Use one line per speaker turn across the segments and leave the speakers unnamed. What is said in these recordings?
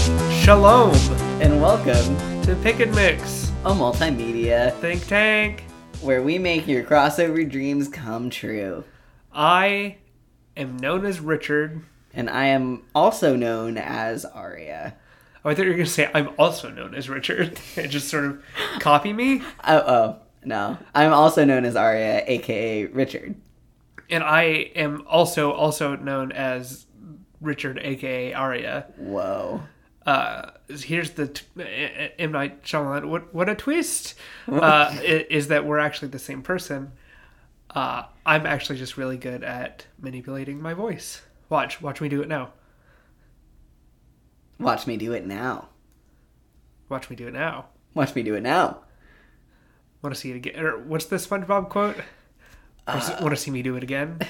Shalom
and welcome
to Pick and Mix,
a multimedia
Think Tank.
where we make your crossover dreams come true.
I am known as Richard.
And I am also known as Aria.
Oh, I thought you were going to say I'm also known as Richard. and just sort of copy me.
Oh, oh, no. I'm also known as Aria, aka Richard.
And I am also also known as Richard, aka Arya.
Whoa.
Uh, here's the t- uh, M Night Shyamalan. What what a twist! Uh, i- is that we're actually the same person. Uh, I'm actually just really good at manipulating my voice. Watch, watch me do it now.
Watch me do it now.
Watch me do it now.
Watch me do it now.
Want to see it again? Or what's the SpongeBob quote? Want to see me do it again?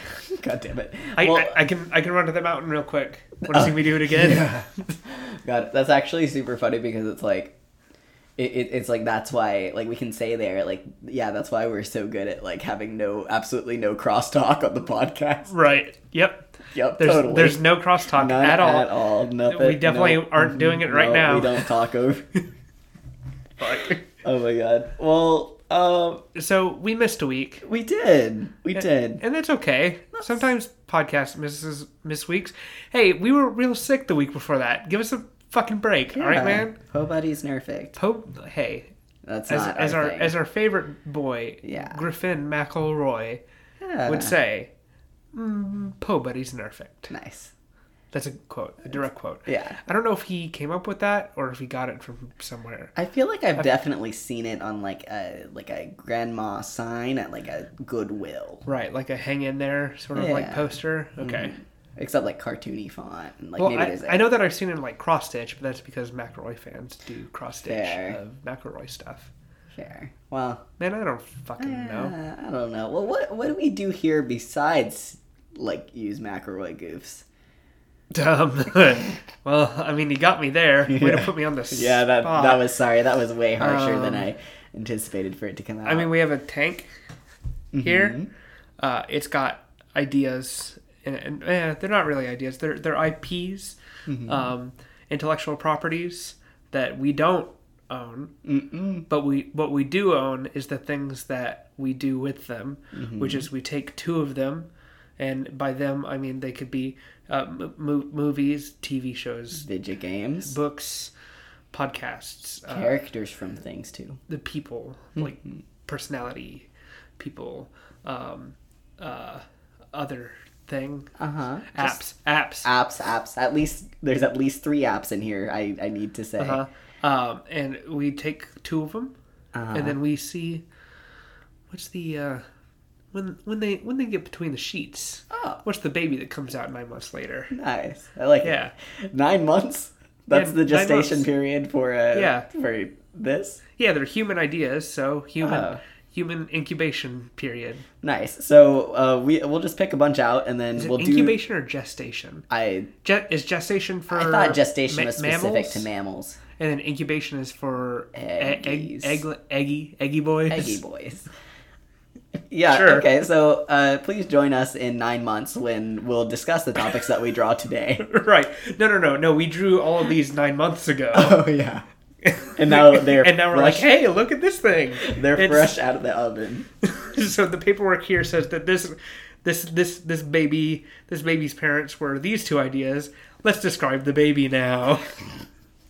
God damn it.
I,
Uh, Well, Uh,
I, I can I can run to the mountain real quick. Want to see me do it again?
God, that's actually super funny because it's like, it, it, it's like that's why like we can say there like yeah that's why we're so good at like having no absolutely no crosstalk on the podcast.
Right. Yep.
Yep,
There's
totally.
there's no crosstalk
None
at all.
At all. Nothing.
We definitely
no,
aren't doing it right
no,
now.
We don't talk over.
Right.
oh my god. Well, um,
So we missed a week.
we did. We did.
And that's okay. Sometimes podcast misses miss weeks. Hey, we were real sick the week before that. Give us a fucking break. All right, man.
Nobody's nerfed.
Pope hey,
That's
as,
not
as
our,
our
thing.
as our favorite boy,
Yeah.
Griffin McElroy
Yeah.
would say, mm, "Poe buddy's nerfed."
nice.
That's a quote, a direct quote.
Yeah.
I don't know if he came up with that or if he got it from somewhere.
I feel like I've definitely seen it on like a like a grandma sign at like a Goodwill,
Right, like a hang in there sort of like
Yeah. Mm-hmm.
poster. Okay.
except like cartoony font and like
Well,
maybe
I,
there's a
I know that I've seen it in like cross stitch, but that's because McElroy fans do cross stitch
Fair.
of McElroy stuff.
fair. Well,
Man, I don't fucking know.
uh, I don't know. Well, what what do we do here besides like use McElroy goofs?
Dumb. well, I mean, you got me there. Way to
Yeah.
put me on the
Yeah, that
spot.
that was sorry. That was way harsher than
Um,
I anticipated for it to come out.
I mean, we have a tank here. Uh, it's got ideas, and, and eh, they're not really ideas. They're they're IPs, um, intellectual properties that we don't own, but we what we do own is the things that we do with them, which is we take two of them. And by them, I mean they could be uh, m- mo- movies, TV shows,
video games,
books, podcasts, uh,
characters from things too.
the people,
Hmm.
like personality, people, um, uh, other thing,
Uh huh.
apps, apps,
Apps, apps. At least there's at least three apps in here. I I need to say.
uh, um, and we take two of them,
Uh-huh.
and then we see what's the uh, when when they when they get between the sheets.
Oh.
What's the baby that comes out nine months later?
Nice. I like
Yeah.
it. Nine months. That's
Yeah,
the
nine
gestation
months.
period for uh
Yeah.
for this.
Yeah, they're human ideas, so human
Oh.
human incubation period.
Nice. So uh, we we'll just pick a bunch out and then we'll do.
incubation or gestation?
I
Ge- is gestation for
I thought gestation
ma-
was specific
mammals?
to mammals.
And then incubation is for e- egg,
Eggies.
egg, eggy, eggy boys.
Eggy boys. Yeah,
Sure.
okay, so uh, please join us in nine months when we'll discuss the topics that we draw today.
Right. No, no, no, no. We drew all of these nine months ago.
Oh, yeah. And now Oh, they're
and now we're like,
fresh,
hey, look at this thing.
they're
It's-
fresh out of the oven.
So the paperwork here says that this, this, this, this baby, this baby's parents were these two ideas. Let's describe the baby now.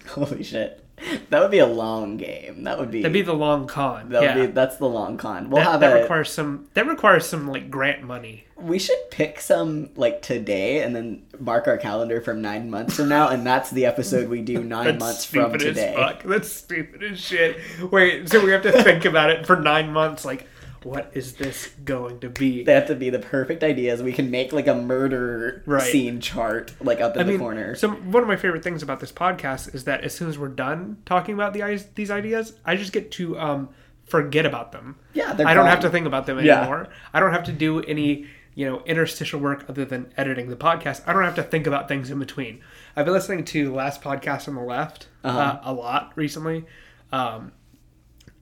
Holy shit. That would be a long game. That would be.
That'd be the long con.
that
yeah.
would be that's the long con. We'll
that
have
that
a.
requires some. That requires some like grant money.
we should pick some like today and then mark our calendar from nine months from now, and that's the episode we do nine
That's
months
stupid
from today.
As fuck. That's stupid as shit. Wait, so we have to think about it for nine months. Like, what is this going to be?
They have to be the perfect ideas. We can make like a murder
Right.
scene chart, like up in the
I mean,
corner.
So one of my favorite things about this podcast is that as soon as we're done talking about the i- these ideas, I just get to um, forget about them.
Yeah, they're
I don't
gone.
have to think about them
Yeah.
anymore. I don't have to do any you know interstitial work other than editing the podcast. I don't have to think about things in between. I've been listening to Last Podcast on the Left
Uh-huh.
uh, a lot recently. Um,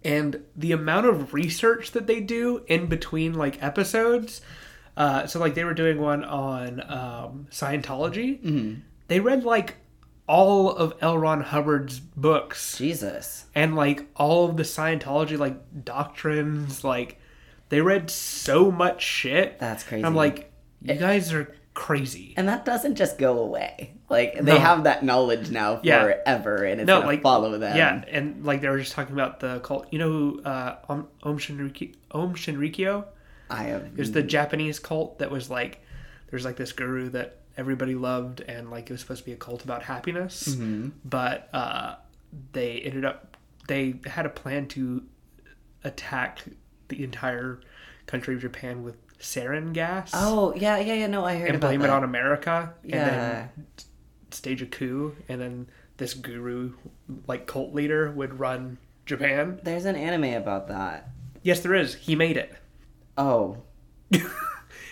and the amount of research that they do in between like episodes
Mm-hmm.
uh, so like they were doing one on um, scientology they read like all of L. Ron Hubbard's books
Jesus.
and like all of the Scientology like doctrines. Like they read so much shit.
That's
And
crazy. Eh.
I'm like, you guys are crazy.
And that doesn't just go away. Like they
No.
have that knowledge now
Yeah.
forever, and it's
No,
gonna
like-
follow them.
Yeah, and like they were just talking about the cult. You know who uh, Om, Om Shinrikyo? Om Shinrikyo?
I have.
It was the Japanese cult that was like, there's like this guru that everybody loved, and like it was supposed to be a cult about happiness,
Mm-hmm.
but uh, they ended up they had a plan to attack the entire country of Japan with sarin gas
Oh yeah, yeah, yeah. No, I heard
and
about
blame
that.
it on America, and
Yeah.
then s- stage a coup, and then this guru, like cult leader, would run Japan.
There's an anime about that.
Yes, there is. He made it.
Oh,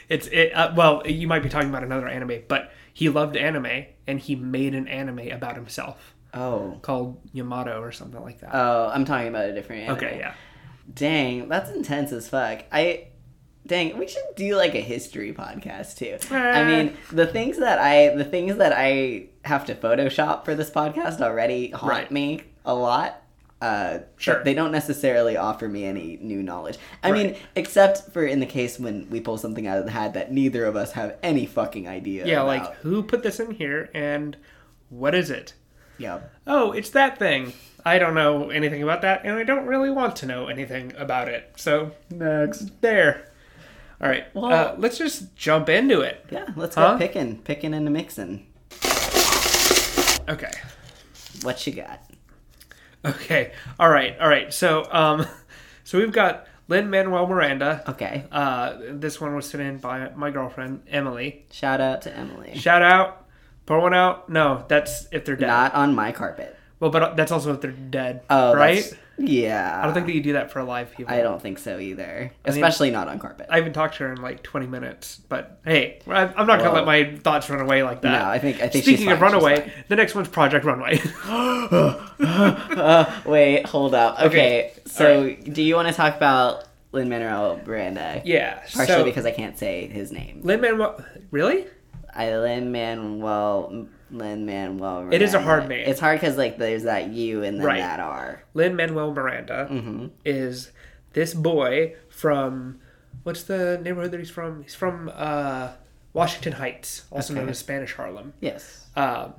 It's it. Uh, well, you might be talking about another anime, but he loved anime, and he made an anime about himself
oh,
called Yamato or something like that.
oh. I'm talking about a different anime.
okay, yeah.
Dang, that's intense as fuck. I dang, we should do like a history podcast too.
Uh.
I mean, the things that I the things that I have to Photoshop for this podcast already haunt
Right.
me a lot. Uh, but
Sure.
They don't necessarily offer me any new knowledge. I mean,
Right.
except for in the case when we pull something out of the hat that neither of us have any fucking idea.
Yeah,
about.
like who put this in here, and what is it?
yeah,
Oh, it's that thing. I don't know anything about that, and I don't really want to know anything about it. So
next.
There. All right. uh,
Well-
let's just jump into it.
Yeah, let's go
Huh?
picking, picking and mixing.
Okay.
What you got?
Okay. All right. All right. So, um, so we've got Lin Manuel Miranda.
Okay,
Uh, this one was sent in by my girlfriend Emily.
shout out to Emily.
Shout out. Pour one out. No, that's if they're dead.
Not on my carpet.
Well, but uh, that's also if they're dead,
Oh,
right?
that's- Yeah.
I don't think that you do that for alive people.
I don't think so either. Especially not on carpet.
I haven't talked to her in like 20 minutes, but hey, I- I'm not gonna
Well-
let my thoughts run away like that.
No, I think- I think she's
Speaking of
fine, she's
Runaway, the next one's Project Runway.
Uh, wait, hold up. Okay,
Okay,
so do you want to talk about Lin Manuel Miranda?
yeah,
Partially
so,
because I can't say his name.
Lin Manuel, really?
I Lin Manuel. Lin Manuel.
It is a hard name.
It's hard because like there's that U and then
Right.
that R.
Lin Manuel Miranda is this boy from what's the neighborhood that he's from? He's from uh, Washington Heights, also known as Spanish Harlem.
Yes.
Um,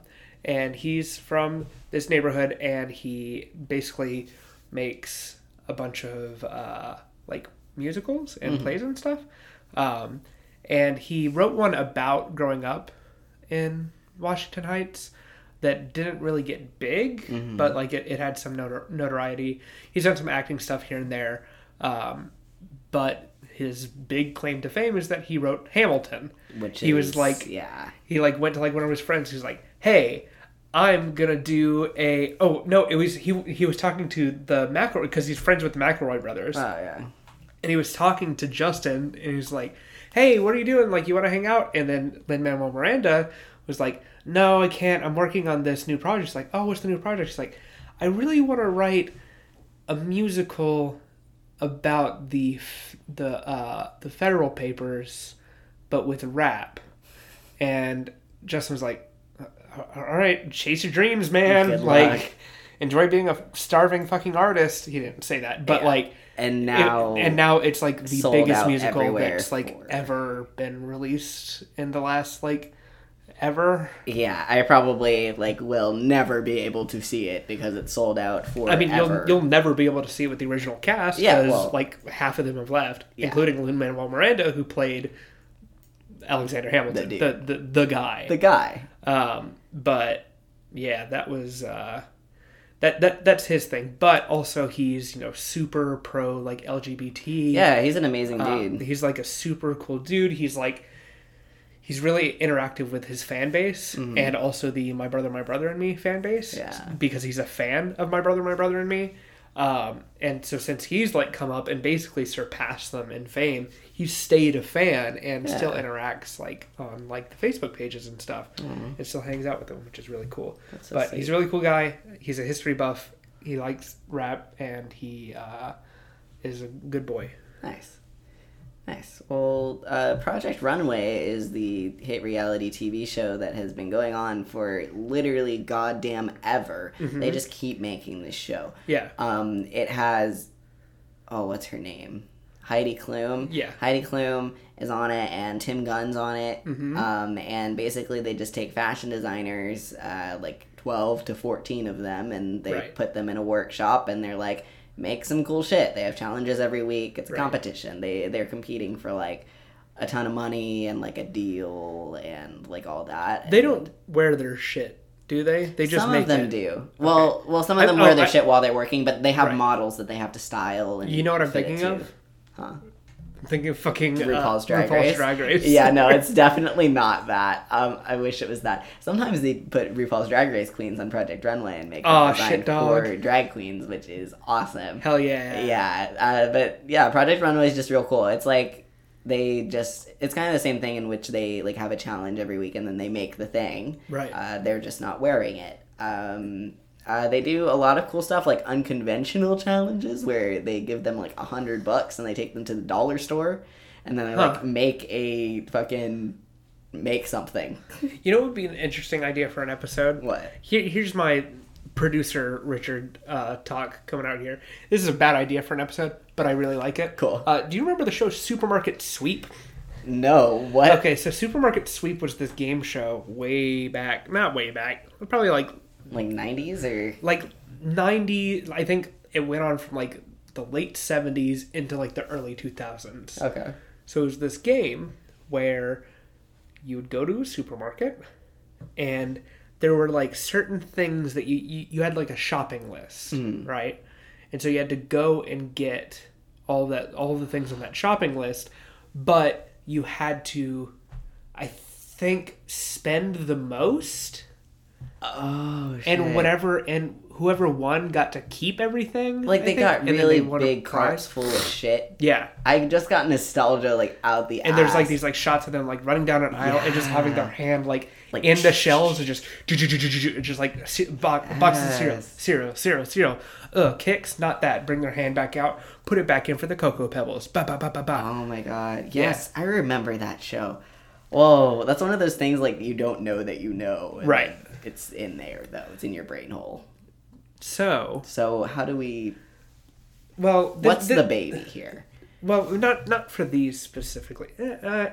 and he's from this neighborhood, and he basically makes a bunch of uh, like musicals and
Mm-hmm.
plays and stuff. Um, and he wrote one about growing up in Washington Heights that didn't really get big,
Mm-hmm.
but like it, it had some notor- notoriety. He's done some acting stuff here and there. Um, but his big claim to fame is that he wrote Hamilton.
Which
he
is-
was like
yeah.
he like went to like one of his friends who's like hey i'm gonna do a oh no it was he he was talking to the mcelroy because he's friends with the mcelroy brothers
Oh yeah.
and he was talking to justin and he's like hey what are you doing like you want to hang out and then lin manuel miranda was like no i can't i'm working on this new project he's like oh what's the new project he's like i really want to write a musical about the f- the uh, the federal papers, but with rap. And Justin was like, "All right, chase your dreams, man.
Good
like,
luck.
enjoy being a starving fucking artist." He didn't say that, but
Yeah.
like.
And
it-
now.
and now it's like the
sold
biggest
out
musical
everywhere
that's like
for-
ever been released in the last like ever.
Yeah, I probably like will never be able to see it because it's sold out for.
I mean, you'll you'll never be able to see it with the original cast
Yeah,
because
well-
like half of them have left,
Yeah.
including Lin Manuel Miranda, who played Alexander Hamilton,
The
the
dude.
the, the, guy.
the guy.
Um, but yeah, that was uh, that that that's his thing. But also, he's you know super pro like LGBT.
Yeah, he's an amazing
Um,
dude.
he's like a super cool dude. He's like he's really interactive with his fan base and also the my brother my brother and me fan base
Mm-hmm. Yeah.
because he's a fan of my brother my brother and me. Um, and so since he's like come up and basically surpassed them in fame, he stayed a fan and still interacts like on like the Facebook pages and stuff, and still hangs out with them, which is really cool.
Mm-hmm. so
but
sweet.
he's a really cool guy. He's a history buff. He likes rap and he uh, is a good boy.
Nice. Nice. Well, uh, Project Runway is the hit reality TV show that has been going on for literally goddamn ever. They just keep making this show.
Yeah.
Um, it has, oh, what's her name? Heidi Klum.
Yeah.
Heidi Klum is on it, and Tim Gunn's on it.
Mm-hmm.
Um, and basically, they just take fashion designers, uh, like twelve to fourteen of them, and they
Right.
put them in a workshop, and they're like, make some cool shit. They have challenges every week. It's a competition. They they're competing for like a ton of money and like a deal and like all that.
They
And
don't wear their shit, do they? They just
some
make
of them
it.
do. Well, well, some
I-
of them
oh,
wear their
I-
shit while they're working, but they have
Right.
models that they have to style. And
You know what I'm
fit it
thinking
to.
of?
Huh?
I'm thinking of fucking uh,
RuPaul's Drag
RuPaul's
Race.
Drag Race.
Yeah, no, it's definitely not that. Um, I wish it was that. Sometimes they put RuPaul's Drag Race queens on Project Runway and make them
Aw,
design
shit, dog.
for drag queens, which is awesome.
Hell yeah.
Yeah, uh, but yeah, Project Runway is just real cool. It's like they just it's kind of the same thing in which they like have a challenge every week and then they make the thing.
Right.
Uh, they're just not wearing it. Um, uh, they do a lot of cool stuff like unconventional challenges where they give them like a hundred bucks and they take them to the dollar store and then they
Huh.
like make a fucking make something.
You know what would be an interesting idea for an episode?
What?
Here, here's my producer Richard uh, talk coming out here. This is a bad idea for an episode, but I really like it.
Cool.
Uh, do you remember the show Supermarket Sweep?
No, what?
Okay, so Supermarket Sweep was this game show way back, not way back, probably like
Like nineties or
like 90 I think it went on from like the late 70s into like the early 2000s.
okay.
So it was this game where you would go to a supermarket and there were like certain things that you, you, you had like a shopping list,
Hmm.
right? And so you had to go and get all that all the things on that shopping list, but you had to I think spend the most
Oh shit.
and whatever and whoever won got to keep everything.
like
I
they
think,
got
and then
really
they won a
big
prize.
carts full of shit
Yeah.
I just got nostalgia like out the
and there's like
ass.
these like shots of them like running down an aisle and just having their hand like,
Like,
in the shelves and just and just like se- bo- boxes of cereal,
Yes.
cereal, cereal, cereal. Ugh, kicks, not that. Bring their hand back out, put it back in for the cocoa pebbles. Ba ba ba ba ba.
Oh my god! Yes, I remember that show. Whoa, that's one of those things like you don't know that you know. and
Right.
It's in there though. It's in your brain hole.
So
So how do we?
well, thi-
What's
thi-
the baby here?
well not not for these specifically. Eh, uh,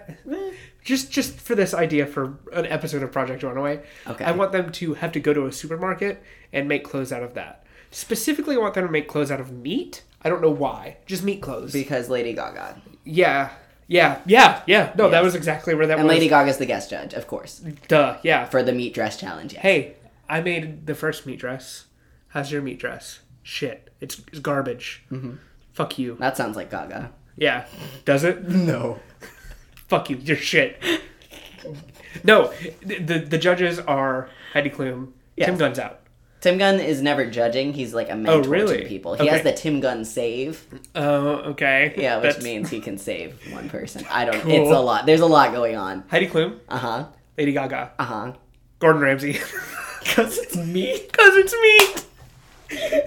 just just for this idea for an episode of Project Runaway.
Okay.
I want them to have to go to a supermarket and make clothes out of that. Specifically, I want them to make clothes out of meat. I don't know why. Just meat clothes.
Because Lady Gaga
Yeah. Yeah. Yeah. Yeah. No, that was exactly where that
and
was.
Lady Gaga's the guest judge, of course,
Duh. Yeah.
for the meat dress challenge. Yes.
hey, I made the first meat dress. How's your meat dress? Shit. It's, it's garbage. Mm-hmm. Fuck you.
that sounds like Gaga.
Yeah. Does it?
No.
Fuck you. You're shit. No. The, the, the judges are Heidi Klum, Tim
Yes.
Gunn's out.
Tim Gunn is never judging. He's like a mentor
Oh, really?
to people. He
Okay.
has the Tim Gunn save.
Oh, okay.
Yeah, which
That's-
means he can save one person. I don't.
Cool.
It's a lot. There's a lot going on.
Heidi Klum,
Uh huh.
Lady Gaga,
Uh huh.
Gordon Ramsay.
Because it's meat.
Because it's meat.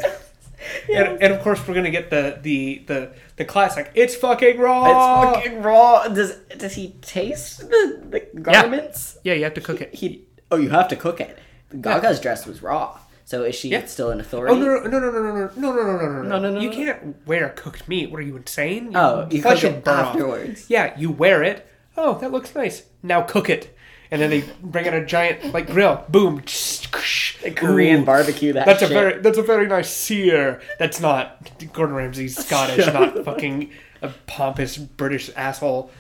And, and of course we're gonna get the the the, the classic. It's fucking raw.
It's fucking raw. Does does he taste the, the garments?
Yeah, you have to cook it.
He. Oh, you have to cook it. Gaga's dress was raw. So is she
Yeah.
still an authority?
Oh no no no no no no no no no no no
No, no, no,
You
no.
can't wear cooked meat. What are you insane? You
Oh, you
flesh
cook
will
it
burn off.
afterwards.
Yeah, you wear it. Oh, that looks nice. Now cook it, and then they bring out a giant like grill. Boom.
Korean
Ooh.
barbecue. That
That's
shit.
a very that's a very nice sear. That's not Gordon Ramsay's Scottish, not fucking a pompous British asshole,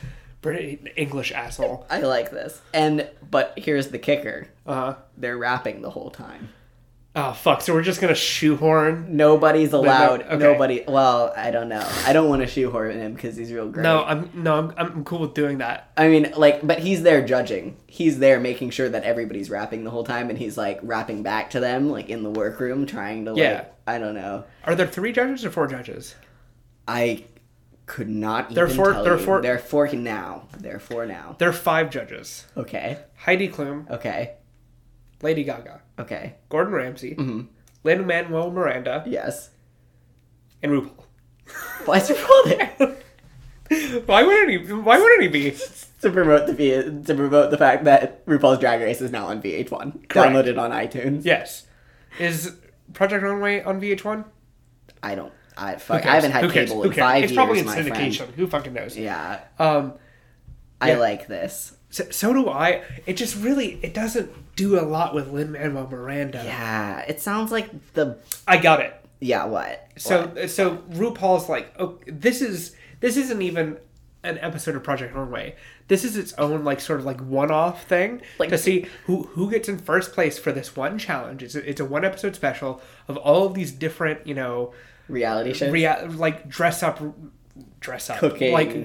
British English asshole.
I like this. And but here's the kicker.
Uh,
They're rapping the whole time.
oh fuck! So we're just gonna shoehorn
Nobody's allowed.
okay.
Nobody. Well, I don't know. I don't want to shoehorn him because he's real great.
No, I'm no, I'm, I'm cool with doing that.
I mean, like, but he's there judging. He's there making sure that everybody's rapping the whole time, and he's like rapping back to them, like in the workroom, trying to like,
Yeah.
I don't know.
Are there three judges or four judges?
I could not.
There are
even
four-
Tell
there are
you.
four-
There are four now. There are four now.
There are five judges:
Okay.
Heidi Klum,
Okay.
Lady Gaga,
Okay.
Gordon Ramsay,
Mm-hmm.
Lin Manuel Miranda,
Yes.
and RuPaul.
Why is RuPaul there?
Why wouldn't he? Why wouldn't he be?
to promote the V- to promote the fact that RuPaul's Drag Race is now on VH1, downloaded on iTunes.
Yes. Is Project Runway on VH1?
I don't. I fuck.
Who
I haven't had
cares?
cable
Who
in
cares?
five
It's
years,
probably in
my friend.
syndication. Who fucking knows?
Yeah,
Um,
I
Yeah.
like this.
so, so do I. It just really it doesn't do a lot with Lin Manuel Miranda.
Yeah, it sounds like the
I got it.
yeah what
So uh,
What?
so RuPaul's like, oh, this is this isn't even an episode of Project Runway. This is its own like sort of like one-off thing
Like-
to see who who gets in first place for this one challenge. It's a, it's a one episode special of all of these different you know
reality show.
rea- like dress up dress up
Cooking.
like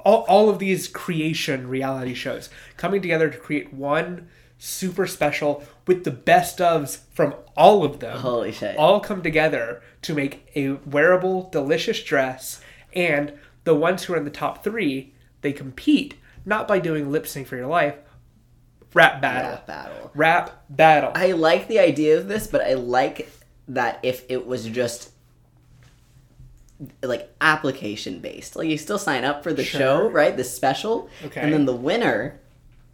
all, all of these creation reality shows coming together to create one super special with the best ofs from all of them
Holy shit.
all come together to make a wearable delicious dress and the ones who are in the top three they compete not by doing lip sync for your life rap battle
Rap battle.
rap battle
I like the idea of this, but I like that if it was just like application based. Like you still sign up for the
Sure.
show, right? This special.
Okay.
And then the winner,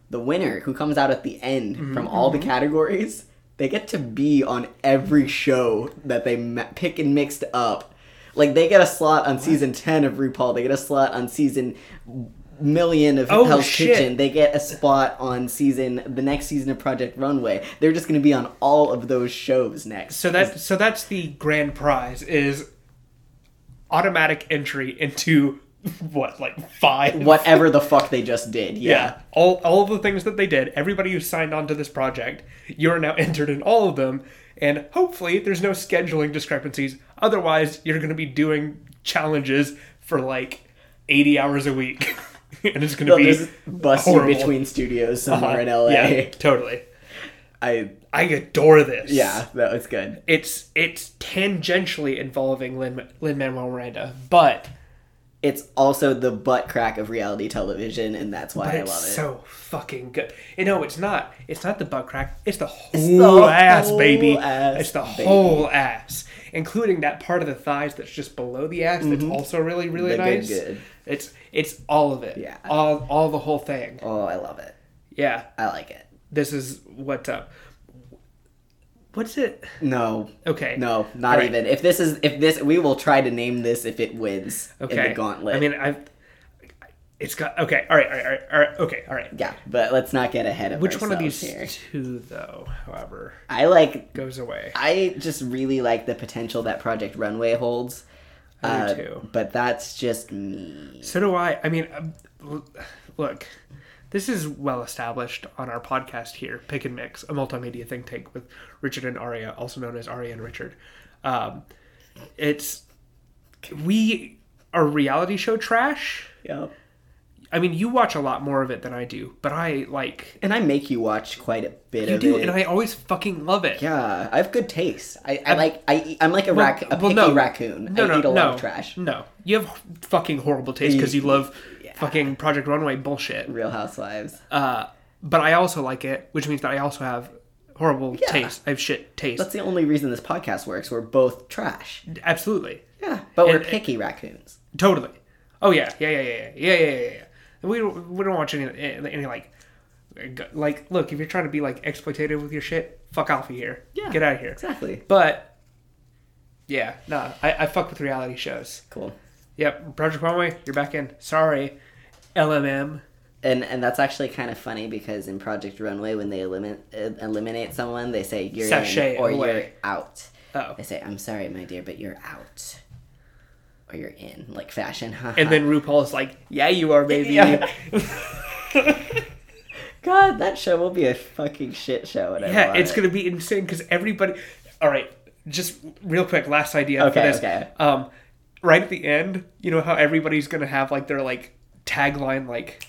the winner who comes out at the end
Mm-hmm.
from all the categories, they get to be on every show that they ma- pick and mixed up. Like they get a slot on season 10 of RuPaul, they get a slot on season million of
Oh,
Hell's
shit.
Kitchen. They get a spot on season the next season of Project Runway. They're just going to be on all of those shows next.
So that so that's the grand prize is automatic entry into what like five
whatever the fuck they just did. Yeah.
yeah all all of the things that they did everybody who signed on to this project you're now entered in all of them and hopefully there's no scheduling discrepancies otherwise you're going to be doing challenges for like 80 hours a week and it's going to
They'll
be
just bust you
horrible. Uh-huh.
between studios somewhere in LA.
yeah totally
I
i adore this
yeah, that was good.
it's it's tangentially involving Lin Lin Manuel Miranda, but
It's also the butt crack of reality television, and that's why I
it's
love it.
so fucking good. You know, it's not. It's not the butt crack. It's the whole
the
ass,
whole
baby.
ass,
it's the
baby.
whole ass, including that part of the thighs that's just below the ass. That's also really really
The good,
nice.
Mm-hmm. good.
It's it's all of it.
Yeah.
All all the whole thing.
oh, I love it.
Yeah.
I like it.
This is what's up. What's it?
No.
Okay.
No, not
Alright.
even. If this is if this we will try to name this if it wins in the gauntlet.
I mean, I've. It's got okay. All right. All right. All right. All right okay. All right.
yeah, but let's not get ahead of
Which one of
ourselves
these
here.
two, though, however,
I like
goes away?
I just really like the potential that Project Runway holds.
I do
Uh,
too.
But that's just me.
So do I. I mean, um, l- look, this is well established on our podcast here, Pick and Mix, a multimedia think tank with Richard and Aria, also known as Aria and Richard. Um, it's we are reality show trash.
Yep.
I mean, you watch a lot more of it than I do, but I like
And I make you watch quite a bit
you
of
do,
it.
and I always fucking love it.
yeah, I have good taste. I, I like I eat, I'm like a rac a picky raccoon. I eat a lot of trash. Mm.
No, you have fucking horrible taste because you love fucking Project Runway bullshit.
Real Housewives.
Uh, but I also like it, which means that I also have horrible taste. I have shit taste.
that's the only reason this podcast works. We're both trash.
Absolutely,
Yeah, but we're
And-
picky raccoons.
totally. Oh yeah, yeah, yeah, yeah, yeah, yeah, yeah, yeah. yeah. We don't- we don't watch any any like like look if you're trying to be like exploitative with your shit, fuck off of here.
Yeah,
get out of here.
Exactly.
But yeah, nah, I, I fuck with reality shows.
Cool.
Yep, Project Runway, you're back in. Sorry, LMM.
And and that's actually kind of funny because in Project Runway, when they eliminate eliminate someone, they say you're
Sachet
in or you're
away.
out.
Oh,
They say, "I'm sorry, my dear, but you're out, or you're in." Like fashion.
and then RuPaul's like, "Yeah, you are, baby."
Yeah. God, that show will be a fucking shit show. And I
Yeah,
love
it's
it.
gonna be insane because everybody. All right, just real quick, last idea
Okay,
for this.
okay.
Um, right at the end, you know how everybody's gonna have like their like tagline, like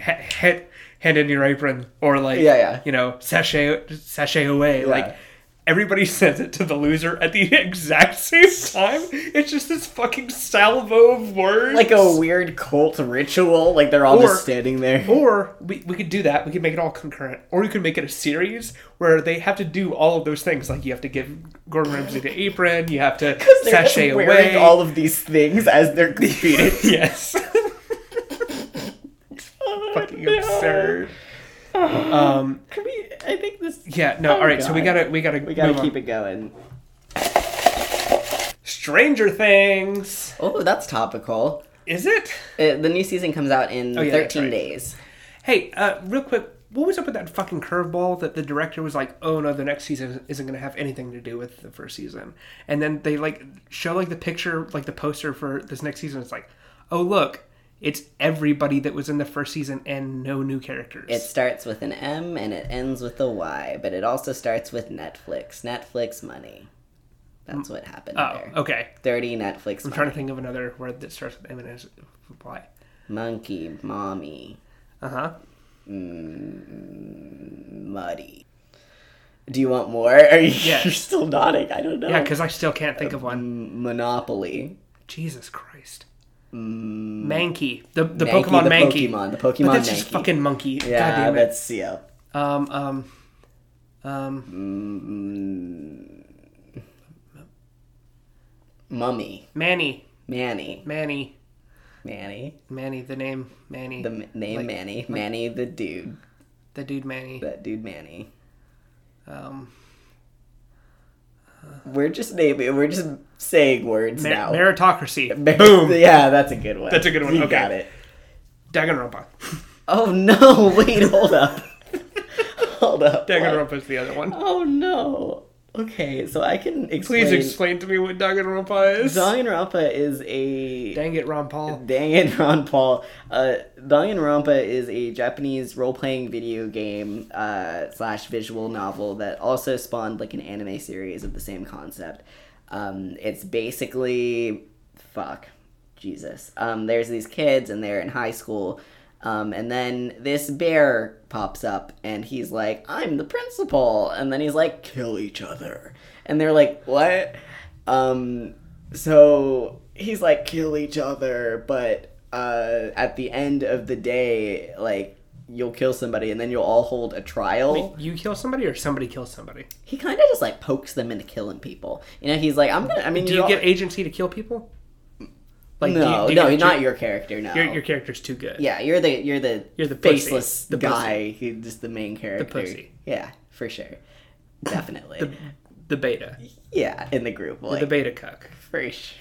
"Ha- head hand in your apron, or like
Yeah, yeah.
you know sachet sachet away, like. Everybody sends it to the loser at the exact same time. It's just this fucking salvo of words.
Like a weird cult ritual. Like they're all
Or-
just standing there.
Or we, we could do that. We could make it all concurrent. Or you could make it a series where they have to do all of those things. Like you have to give Gordon Ramsay the apron. You have to
They're just
sashay
wearing
away.
all of these things as they're competing.
yes. fucking absurd. Um.
Oh, Can we, I think this.
Yeah. No.
Oh,
all right. So we
God.
gotta. We gotta.
We gotta
move on.
keep it going.
Stranger Things.
Oh, that's topical.
Is it?
Uh, the new season comes out in
Oh, yeah, that's
13
right.
days.
Hey, uh, real quick, what was up with that fucking curveball that the director was like, "Oh no, the next season isn't going to have anything to do with the first season," and then they like show like the picture, like the poster for this next season. It's like, "Oh look, it's everybody that was in the first season and no new characters."
It starts with an M and it ends with a Y, but it also starts with Netflix. Netflix money. That's what happened
oh,
there.
okay.
30 Netflix
I'm
money.
trying to think of another word that starts with M and is why.
Monkey, mommy,
Uh huh.
Oh. muddy. Do you want more? Are you
Yes.
you're still nodding? I don't know.
Yeah, because I still can't think of one.
M- Monopoly.
Jesus Christ. Mankey, the the
Mm. Mankey,
Pokemon
the
Mankey,
Pokemon- the
but
Pokemon
that's just
Mankey.
fucking monkey. God
Yeah,
damn it.
that's yeah.
Um, um, um,
Mummy,
Manny,
Manny,
Manny,
Manny.
Manny, the name Manny,
The
the,
m- name Manny, Manny the dude,
dude Manny.
that dude Manny.
Um,
uh, We're just naming. We're just saying words
mer-
now.
meritocracy. Boom.
Yeah, that's a good one.
That's a good one,
You
okay.
got it.
Danganronpa.
Oh no! Wait, hold up. hold up. What?
Danganronpa is the other one.
Oh no. Okay, so I can explain.
Please explain to me what Danganronpa is.
Danganronpa is a
Dang it, Ron Paul.
Dang it, Ron Paul. Uh, Danganronpa is a Japanese role-playing video game uh, slash visual novel that also spawned like an anime series of the same concept. Um, it's basically fuck Jesus. Um, there's these kids and they're in high school, um, and then this bear pops up and he's like, "I'm the principal," and then he's like, "Kill each other," and they're like, "What?" Um, so he's like, kill each other, but uh, at the end of the day, like, you'll kill somebody and then you'll all hold a trial.
You kill somebody or somebody kills somebody?
He kind of just like pokes them into killing people. You know, he's like, I'm gonna, I mean,
Do you get agency to kill people? Like, do
no,
you- do you
no,
get
not your character, no.
your, your character's too good.
yeah, you're the, you're the,
You're the pussy.
faceless
The pussy.
guy who's just the main character.
pussy.
Yeah, for sure. Definitely.
The beta,
yeah, in the group. Like,
the beta cuck.
for sh-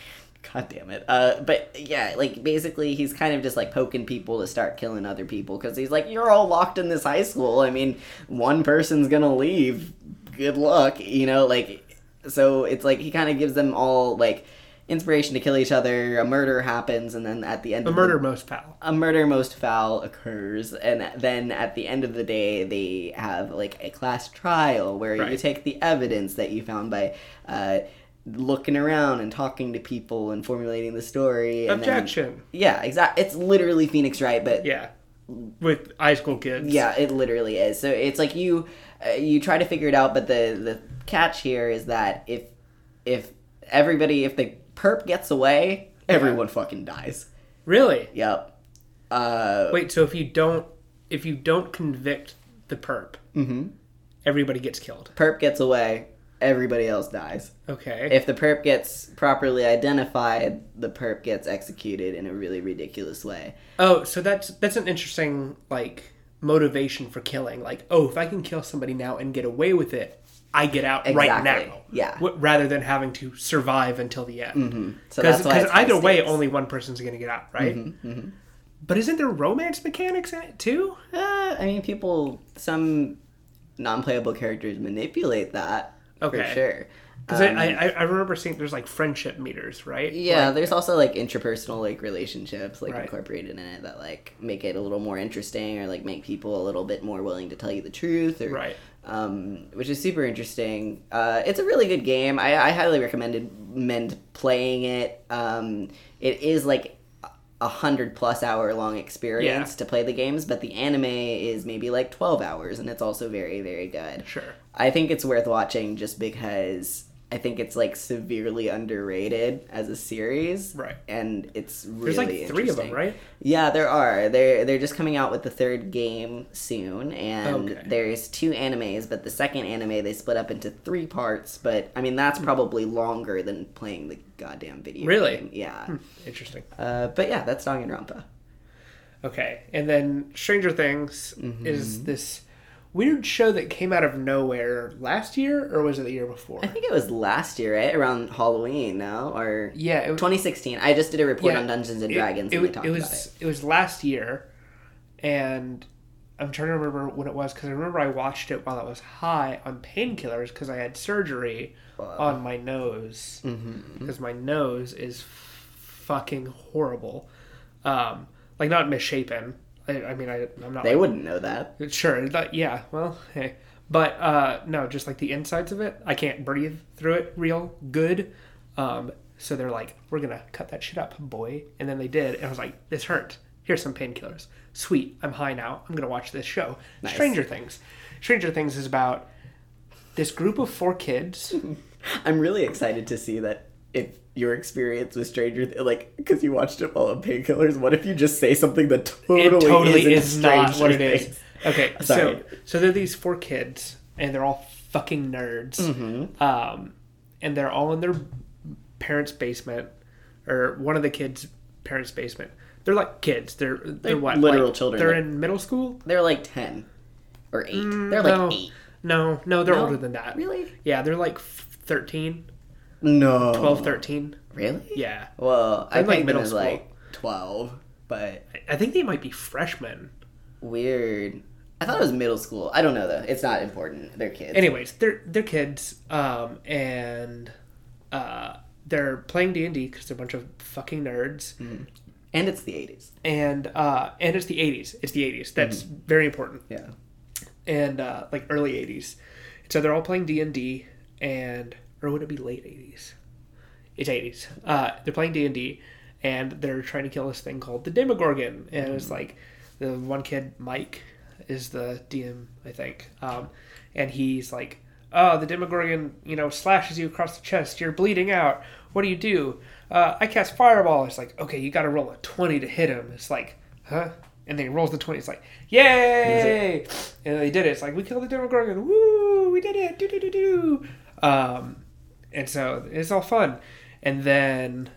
god damn it uh but yeah like basically he's kind of just like poking people to start killing other people because he's like you're all locked in this high school i mean one person's gonna leave good luck you know like so it's like he kind of gives them all like inspiration to kill each other a murder happens and then at the end
The
of
murder most pal.
a murder most foul occurs and then at the end of the day they have like a class trial where you
Right.
take the evidence that you found by uh, looking around and talking to people and formulating the story and then-
Objection.
yeah exactly it's literally phoenix wright but
Yeah, with high school kids.
yeah, it literally is. So it's like you uh, you try to figure it out, but the the catch here is that if if everybody if the perp gets away, everyone fucking dies.
Really?
Yep. Uh,
Wait, so if you don't if you don't convict the perp,
Mm-hmm.
everybody gets killed.
perp gets away, everybody else dies.
Okay.
If the perp gets properly identified, the perp gets executed in a really ridiculous way.
oh, so that's that's an interesting like motivation for killing. Like, oh, if I can kill somebody now and get away with it, I get out right
Exactly.
now.
Yeah. Mm-hmm.
W- rather than having to survive until the end.
So
Because
that's why it's Mm-hmm. high
either way,
stakes.
only one person's going to get out, right? But isn't there romance mechanics in it too?
Uh, I mean, people some non-playable characters manipulate that
Okay.
for sure.
Because
Um,
I, I I remember seeing there's like friendship meters, right?
Yeah, there's also like interpersonal like relationships like
Right.
incorporated in it that like make it a little more interesting or like make people a little bit more willing to tell you the truth or
Right.
um, which is super interesting. Uh, it's a really good game. I, I highly recommended men playing it. Um, it is like a hundred plus hour long experience to play the games, but the anime is maybe like twelve hours, and it's also very very good.
Sure.
I think it's worth watching just because I think it's like severely underrated as a series.
Right.
And it's really
There's like three of them,
interesting.
right?
Yeah, there are. They're they're just coming out with the third game soon, and
Okay.
there's two animes. But the second anime they split up into three parts. But I mean that's probably longer than playing the goddamn video.
Hmm. Really? Hmm.
game. Yeah.
Interesting.
Uh, but yeah, that's Danganronpa.
Okay, and then Stranger Things is this weird show that came out of nowhere last year, or was it the year before?
I think it was last year, right around Halloween, no, or
yeah, it,
2016. I just did a report
Yeah,
on Dungeons and
it-
Dragons,
It,
and we
it
talked
was
about it.
it was last year, and I'm trying to remember when it was because I remember I watched it while I was high on painkillers because I had surgery on my nose because my nose is fucking horrible, um, like not misshapen. I, I mean, I, I'm not
They wouldn't know that.
Sure. That, yeah. Well, hey. But uh, no, just like the insides of it, I can't breathe through it real good. Um, so they're like, "We're gonna cut that shit up, boy." And then they did, and I was like, "This hurt. Here's some painkillers. Sweet. I'm high now. I'm gonna watch this show, Stranger Things." Stranger Things is about this group of four kids.
I'm really excited to see that if your experience with Stranger, Th- like, because you watched it while on painkillers, what if you just say something that totally,
it totally
isn't
is not
Stranger
what it is.
Things?
Okay, so
Sorry.
so they're these four kids, and they're all fucking nerds,
Mm-hmm.
um, and they're all in their parents' basement, or one of the kids' parents' basement. They're like kids. They're they're, what
literal
like,
children,
They're
like-
in middle school.
They're like 10 or 8. They're like
Mm, no,
8.
no, no, they're
No?
older than that.
Really?
Yeah, they're like f- 13,
No.
12, 13.
Really?
Yeah,
Well, I
They're, like,
think
middle
it was
school.
like 12, but
I- I think they might be freshmen.
weird. I thought it was middle school. I don't know, though. It's not important. They're kids.
anyways they're they're kids um and uh they're playing d&d because they're a bunch of fucking nerds
and it's the 80s.
and uh and it's the 80s it's the 80s that's very important
Yeah.
and uh like early 80s and so they're all playing d&d and or would it be late 80s it's 80s uh they're playing d&d and they're trying to kill this thing called the demogorgon and it's like the one kid mike is the dm i think um and he's like oh the demogorgon you know slashes you across the chest you're bleeding out what do you do uh, i cast fireball it's like okay you gotta roll a 20 to hit him it's like huh and then he rolls the 20 it's like yay and they did it it's like we killed the demogorgon woo we did it do do do do um and so it's all fun and then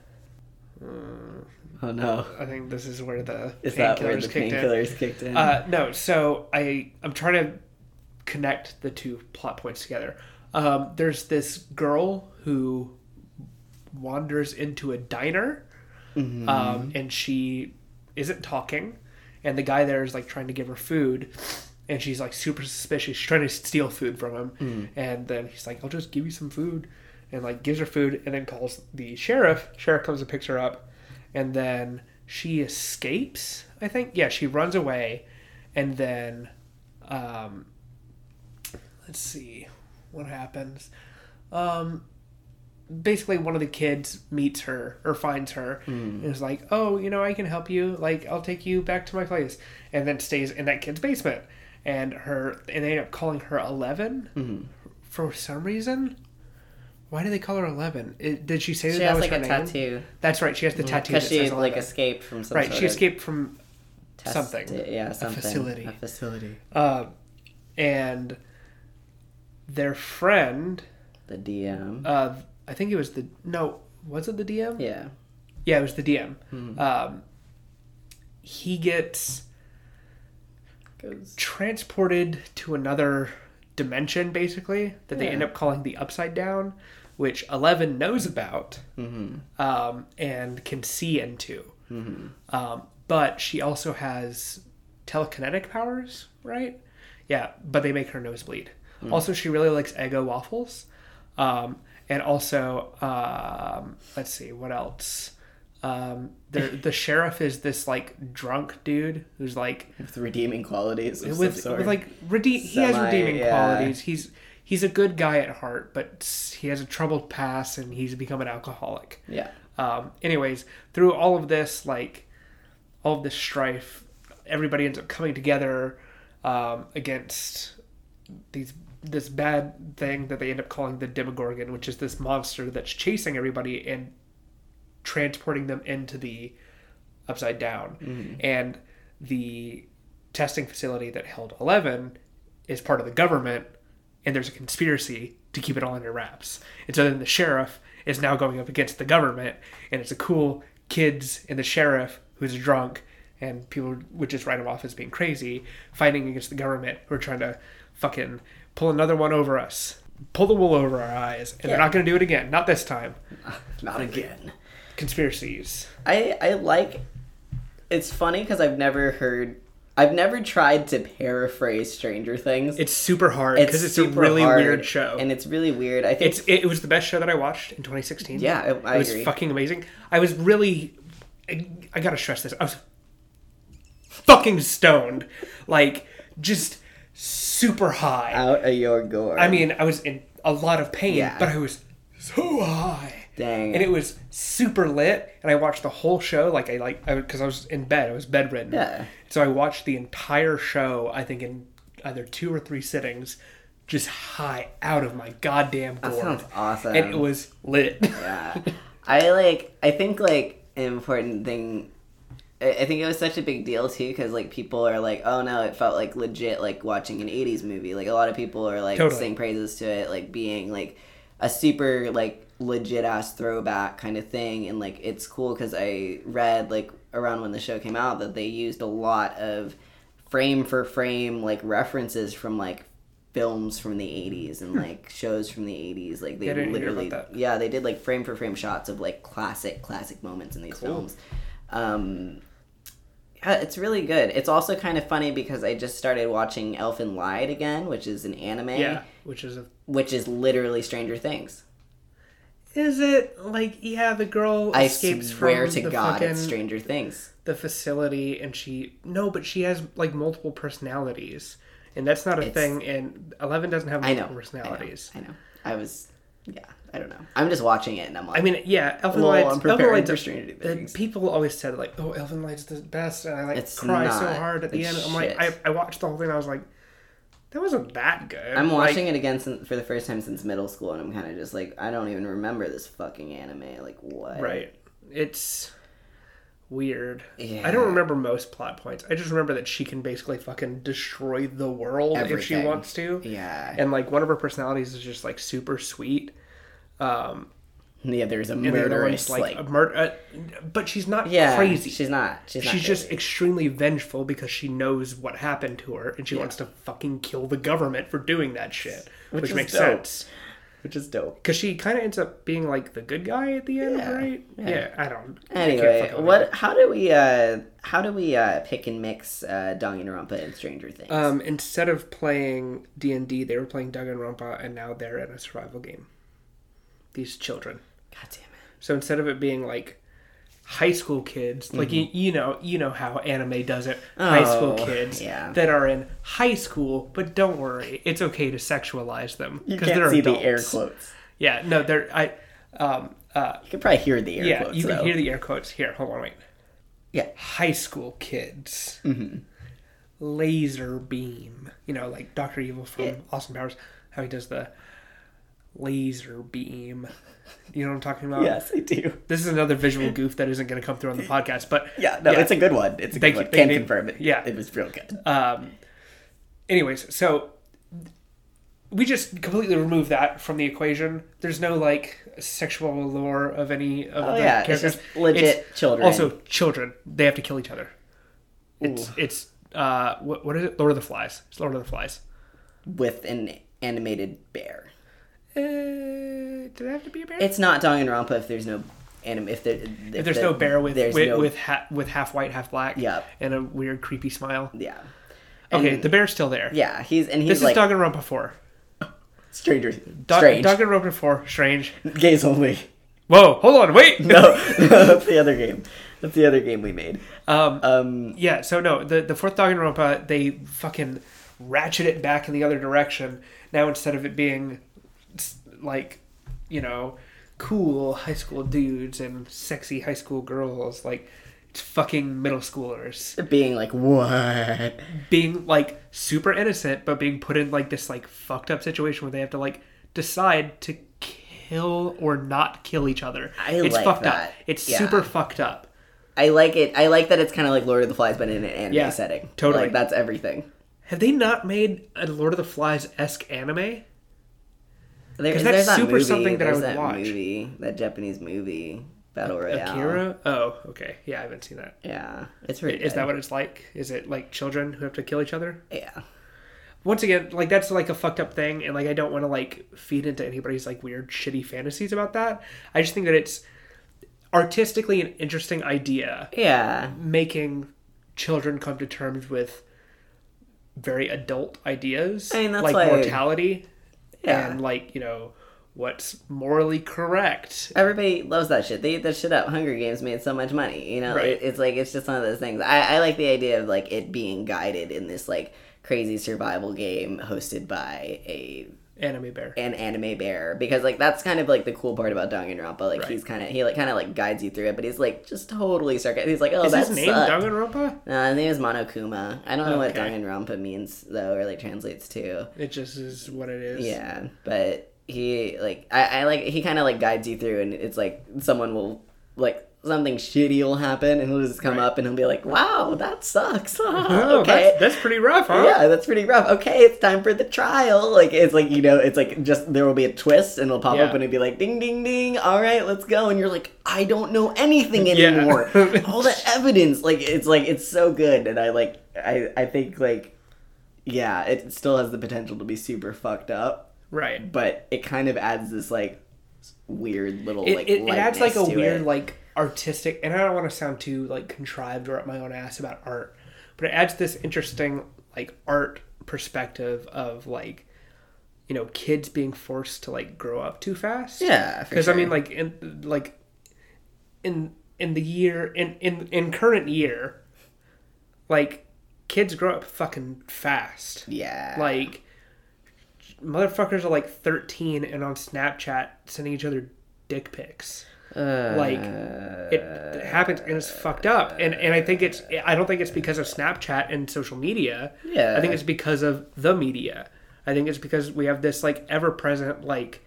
Oh, no.
I think this is where the
Is that where
painkillers
the
kicked in.
painkillers kicked in?
Uh, no, so I I'm trying to connect the two plot points together. Um, there's this girl who wanders into a diner, um, and she isn't talking, and the guy there is like trying to give her food. And she's like super suspicious. She's trying to steal food from him, and then he's like, "I'll just give you some food," and like gives her food, and then calls the sheriff. Sheriff comes and picks her up, and then she escapes. I think, yeah, she runs away, and then, um, let's see what happens. Um, basically, one of the kids meets her or finds her
Hmm.
and is like, "Oh, you know, I can help you. Like, I'll take you back to my place," and then stays in that kid's basement. And her, and they end up calling her 11
Hmm.
for some reason. Why do they call her Eleven? It, did she say that,
she
that
has
was
like
her
a
name?
tattoo.
That's right. She has the tattoo.
Because
That
she
says
like
11.
escaped from some
right.
sort
She
of
escaped from
test-
something.
Yeah, something.
facility.
A facility.
uh, and their friend.
The DM.
Uh, I think it was the no. Was it the DM?
yeah.
Yeah, it was the DM. Um, he gets transported to another dimension, basically, that they
Yeah.
end up calling the Upside Down, which Eleven knows about um, and can see into. Um, but she also has telekinetic powers, right? Yeah, but they make her nosebleed. Also, she really likes Eggo waffles. Um, and also, um, let's see, what else? Um, the, the sheriff is this like drunk dude who's like
With redeeming qualities of
with,
some sort.
with like redeem he has
Semi,
redeeming
yeah.
qualities he's he's a good guy at heart but s- he has a troubled past and he's become an alcoholic
yeah.
um anyways through all of this like all of this strife, everybody ends up coming together um, against these this bad thing that they end up calling the Demogorgon, which is this monster that's chasing everybody and transporting them into the upside down. And the testing facility that held Eleven is part of the government, and there's a conspiracy to keep it all under wraps. And so then the sheriff is now going up against the government, and it's a cool kids and the sheriff who's drunk, and people would just write him off as being crazy, fighting against the government who are trying to fucking pull another one over us, pull the wool over our eyes, and they're not going to do it again. Not this time.
Not again.
Conspiracies.
I I like. It's funny because I've never heard. I've never tried to paraphrase Stranger Things.
It's super hard because it's, a
super
really
hard,
weird show.
and it's really weird. I think
It's it, was the best show that I watched in 2016.
Yeah, I- I
it was
agree.
fucking amazing. I was really, I, I gotta stress this. I was fucking stoned, like just super high.
out of your gore.
I mean, I was in a lot of pain,
Yeah.
but I was so high.
Dang.
And it was super lit, and I watched the whole show. Like I like because I, was in bed, I was bedridden.
Yeah.
So I watched the entire show. I think in either two or three sittings, just high out of my goddamn gourd.
sounds awesome.
And it was lit.
Yeah. I like. I think like an important thing. I I think it was such a big deal too, because like people are like, "Oh no, it felt like legit, like watching an '80s movie." Like a lot of people are like
Totally.
saying praises to it, like being like a super like legit ass throwback kind of thing, and like it's cool because I read like around when the show came out that they used a lot of frame for frame like references from like films from the 80s and like shows from the 80s like they
I didn't hear
literally
about that.
yeah, they did like frame for frame shots of like classic, classic moments in these films. Um, yeah, it's really good. It's also kind of funny because I just started watching Elfin Lied again, which is an anime,
yeah. Which is a
which is literally Stranger Things.
is it like yeah the girl
I
escapes
swear
from
to
the
God,
fucking
it's Stranger Things.
the facility and she no but she has like multiple personalities and that's not a thing and 11 doesn't have
I know.
multiple personalities
I know, I know. I was, yeah, I don't know. I'm just watching it and I'm like,
I mean, yeah, Elfin
Lol,
Lights.
I'm
Elfin
preparing
Light's-
for
the
Stranger Things.
People always said like, "Oh, Elfin Light's the best," and I like
It's
cry so
not.
hard at the
It's
end. I'm like, I,
shit.
I watched the whole thing. I was like, that wasn't that good.
I'm
Like,
watching it again since, for the first time since middle school, and I'm kind of just like, I don't even remember this fucking anime. Like, what?
Right. It's weird. I
Yeah.
don't remember most plot points. I just remember that she can basically fucking destroy the world if she
Everything.
wants to.
Yeah.
And like one of her personalities is just like super sweet.
And the other is a
And the other
murderous,
one's like,
like,
a murder, uh, but she's not
yeah,
crazy.
She's not. She's not.
She's
crazy.
just extremely vengeful because she knows what happened to her and she wants to fucking kill the government for doing that shit, which,
is
makes
dope.
sense.
which is dope.
Because she kind of ends up being like the good guy at the end,
Yeah,
right?
yeah.
Yeah. I don't. I can't
Anyway,
fucking-
what? How do we? uh How do we uh pick and mix uh Danganronpa and Stranger Things?
Um, instead of playing D and D, they were playing Danganronpa, and now they're in a survival game. These children.
God damn it!
So instead of it being like high school kids, like you, you know, you know how anime does it. high school
Mm-hmm. Oh,
kids
yeah.
that are in high school, but don't worry, it's okay to sexualize them
You can't see the air quotes.
Yeah, no, they're I. Um, uh,
You can probably hear the air
yeah,
quotes.
you can
though.
hear the air quotes here. Hold on, wait.
Yeah. Mm-hmm.
High school kids. Laser beam. You know, like Doctor Evil from Austin Powers, how he does the laser beam. You know what I'm talking about?
Yes, I do.
This is another visual goof that isn't going to come through on the podcast, but
Mm-hmm. Yeah, no, it's a good one. It's a
Thank
good
you,
one.
thank
Can
you.
confirm it.
Yeah. Uh,
it was real good.
um, anyways, so we just completely remove that from the equation. There's no like sexual allure of any of the
Oh, yeah, it's
characters.
just legit children.
Also, children. They have to kill each other. It's it's uh what, what is it? Lord of the Flies. It's Lord of the Flies.
With an animated bear.
Uh,
Uh,
did it have to be a bear?
It's not Danganronpa if there's no anim. If, there, if,
if there's
the-
no bear with
there's
with
no-
with, ha- with half white, half black.
Yep.
And a weird, creepy smile.
yeah,
Okay, the bear's still there.
yeah, he's and he's
This
like
is Danganronpa 4.
stranger,
Da-
strange,
Danganronpa 4, strange.
gays only.
Whoa, hold on, wait!
no, that's the other game. That's the other game we made. Um,
Yeah, so no, the the fourth Danganronpa, they fucking ratchet it back in the other direction. Now instead of it being s- like, you know, cool high school dudes and sexy high school girls, like fucking middle schoolers
Being like, what?
being like super innocent but being put in like this like fucked up situation where they have to like decide to kill or not kill each other.
I
it's
like
fucked
that.
up. It's
Yeah.
super fucked up.
I like it. I like that it's kind of like Lord of the Flies, but in an anime
Yeah,
setting.
totally.
Like, that's everything.
Have they not made a Lord of the Flies esque anime?
There,
'Cause
there's
that's
that
super
movie,
something that I
there's
would
that
watch.
movie, that Japanese movie, Battle Royale.
Akira? Oh, okay. Yeah, I haven't seen that.
Yeah, it's pretty.
Is
good.
that what it's like? Is it like children who have to kill each other?
Yeah,
Once again, like that's like a fucked up thing, and like I don't want to like feed into anybody's like weird shitty fantasies about that. I just think that it's artistically an interesting idea,
yeah,
making children come to terms with very adult ideas
I mean, that's
like
why-
mortality
Yeah.
and like you know what's morally correct
Everybody loves that shit. They eat that shit up. Hunger Games made so much money. You know,
Right.
it, it's like it's just one of those things. I, I like the idea of like it being guided in this like crazy survival game hosted by a
anime bear
an anime bear because like that's kind of like the cool part about Danganronpa. Like
Right.
he's kind of he like kind of like guides you through it, but he's like just totally sarcastic. He's like, oh,
is
that's
his name danganronpa
No, his name is Monokuma. I don't know what
Okay.
Danganronpa means though, or like translates to.
it just is what it is
Yeah, but he like I, I like he kind of like guides you through, and it's like someone will like something shitty will happen, and he'll just come up and he'll be like, "Wow, that sucks."
oh
okay.
that's, that's pretty rough huh
Yeah, that's pretty rough. Okay, it's time for the trial. Like it's like you know, it's like just there will be a twist, and it'll pop
Yeah.
up, and it'll be like, "Ding, ding, ding! All right, let's go." And you're like, "I don't know anything
Yeah.
anymore." All the evidence, like it's like it's so good, and I like I I think like yeah, it still has the potential to be super fucked up,
right
but it kind of adds this like s- weird little
it,
like
it, it adds like a
lightness to
weird
it.
like artistic and i don't want to sound too like contrived or up my own ass about art but it adds this interesting like art perspective of like you know kids being forced to like grow up too fast
yeah
because i mean like in like in in the year in in in current year like kids grow up fucking fast
yeah
like motherfuckers are like 13 and on snapchat sending each other dick pics like it happens and it's fucked up and and i think it's i don't think it's because of snapchat and social media
Yeah.
i think it's because of the media i think it's because we have this like ever-present like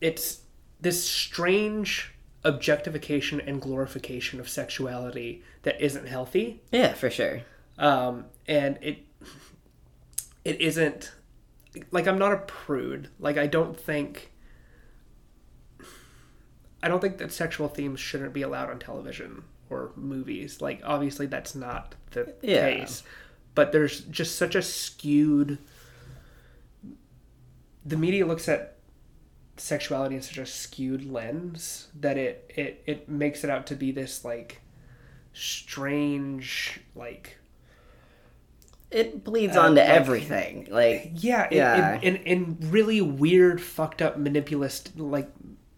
it's this strange objectification and glorification of sexuality that isn't healthy
yeah for sure
um, and it it isn't like I'm not a prude. Like I don't think I don't think that sexual themes shouldn't be allowed on television or movies. Like obviously that's not the
Yeah.
case, but there's just such a skewed. The media looks at sexuality in such a skewed lens that it it it makes it out to be this like strange like
it bleeds onto
uh, like-
everything like
yeah, in-
Yeah.
In, in in really weird, fucked up, manipulist like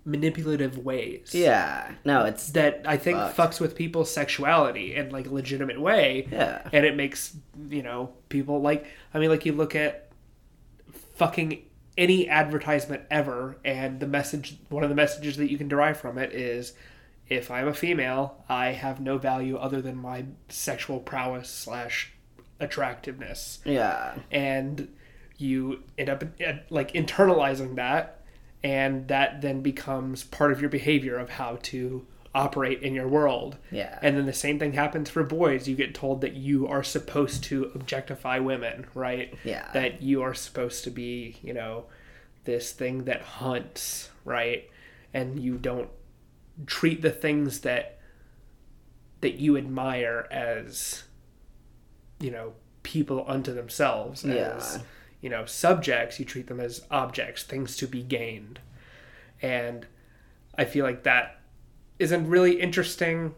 manipulative ways.
Yeah. No, it's
that I think
Fuck.
fucks with people's sexuality in like a legitimate way.
Yeah.
and it makes you know people like I mean like you look at fucking any advertisement ever, and the message one of the messages that you can derive from it is. If I'm a female, I have no value other than my sexual prowess slash attractiveness
yeah.
and you end up uh, like internalizing that and that then becomes part of your behavior of how to operate in your world
Yeah.
and then the same thing happens for boys you get told that you are supposed to objectify women right
Yeah.
that you are supposed to be you know this thing that hunts right and you don't treat the things that that you admire as you know people unto themselves as
Yeah.
you know subjects you treat them as objects things to be gained and i feel like that is a really interesting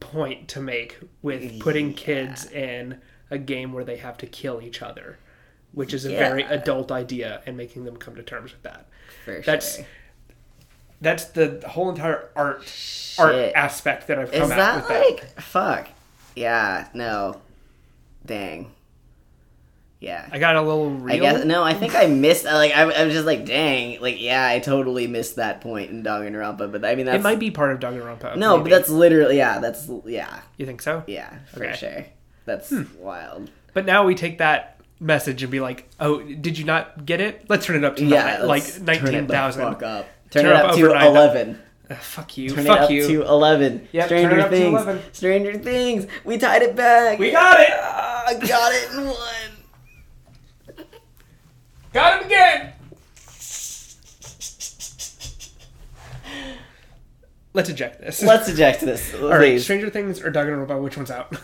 point to make with putting kids in a game where they have to kill each other which is a very
Yeah.
adult idea and making them come to terms with that
For
that's
sure.
that's the whole entire art art
Shit.
aspect that I've come
Is
at with
that
that.
like fuck? Yeah, no. Dang. Yeah.
I got a little real.
I guess no. I think I missed. Like I, I was just like, dang. Like yeah, I totally missed that point in Danganronpa. But I mean, that's
it might be part of Danganronpa.
no.
maybe.
But that's literally yeah. That's yeah.
you think so?
Yeah, for
Okay. Hmm.
sure. That's wild.
But now we take that message and be like, "Oh, did you not get it? Let's turn it up to
Yeah,
ni-
let's
like
turn it
nineteen
the Fuck
thousand.
up. Turn,
Turn
it
up
up
over
to
9,000.
eleven.
Fuck you.
Turn it
Fuck
up
you.
to eleven.
Yep, turn it
Stranger
up to
Things.
11.
Stranger Things. We tied it back.
we got it.
Ah, got it in one.
Got him again. Let's eject this.
Let's eject this, please.
All right, Stranger Things or Danganronpa, which one's out?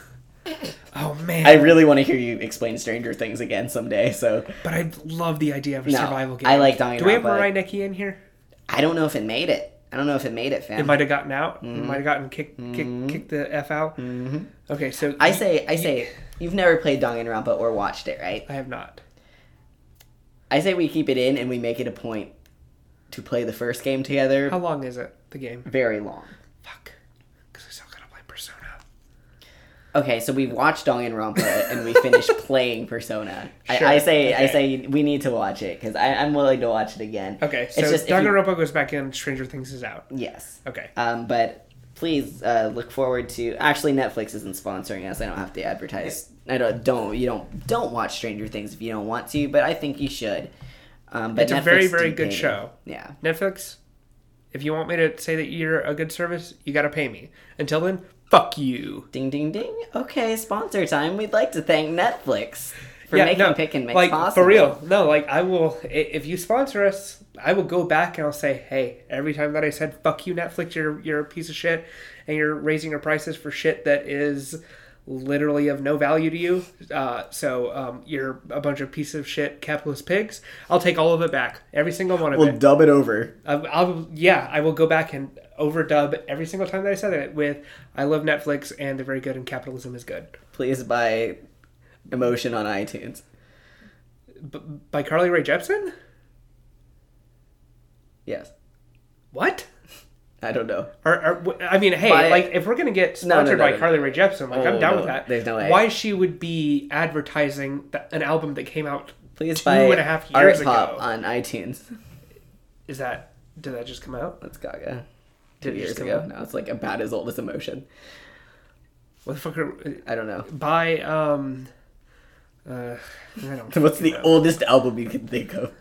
oh man,
I really want to hear you explain Stranger Things again someday. So
but I love the idea of a
No,
survival game.
I like
Do we have
Danganronpa.
Mariah Nikki in here?
I don't know if it made it. I don't know if it made it, fam.
It might have gotten out.
Mm-hmm.
It might have gotten kicked, kick, kicked the f out. Mm-hmm. Okay, so
I say, I say, you've never played Danganronpa or watched it, right?
I have not.
I say we keep it in and we make it a point to play the first game together.
How long is it? The game?
Very long.
Fuck. Because I still gotta play Persona.
Okay, so we watched Danganronpa and we finished playing Persona.
Sure,
I, I say, I
okay.
say, we need to watch it because I'm willing to watch it again.
Okay,
It's
so
just if you-
Danganronpa goes back in. Stranger Things is out.
Yes.
Okay.
Um, but please uh, look forward to. Actually, Netflix isn't sponsoring us. I don't have to advertise. I don't. Don't you don't don't watch Stranger Things if you don't want to. But I think you should. Um, but
It's a very,
Netflix
very
didn't
good
pay me.
show.
Yeah.
Netflix, if you want me to say that you're a good service, you gotta pay me. Until then, fuck you.
Ding ding ding. Okay, sponsor time. We'd like to thank Netflix for making pick and mix
like
possible.
for real. No, like I will. i- If you sponsor us, I will go back and I'll say, hey, every time that I said "fuck you, Netflix," you're you're a piece of shit, and you're raising your prices for shit that is literally of no value to you. Uh, so um, you're a bunch of piece of shit capitalist pigs. I'll take all of it back, every single one of it.
dub it over.
I, I'll yeah, I will go back and overdub every single time that I said it with "I love Netflix" and they're very good and capitalism is good.
Please buy emotion on iTunes.
B- by Carly Rae Jepsen.
Yes.
What?
I don't know.
Or, or w- I mean, hey,
By-
like if we're gonna get
No, no,
sponsored
no,
by
no.
Carly Rae Jepsen, like
Oh,
I'm down
no,
with that.
there's no way.
Why she would be advertising th- an album that came out?
Please
Two
buy
and a half years
Art Pop
ago.
on iTunes.
Is that did that just come out?
That's Gaga. Two
Did it
years
just come
ago.
out?
Now it's like about as old as emotion.
What the fuck? Are,
I don't know.
by um, uh, I don't.
What's the
know.
oldest album you can think of?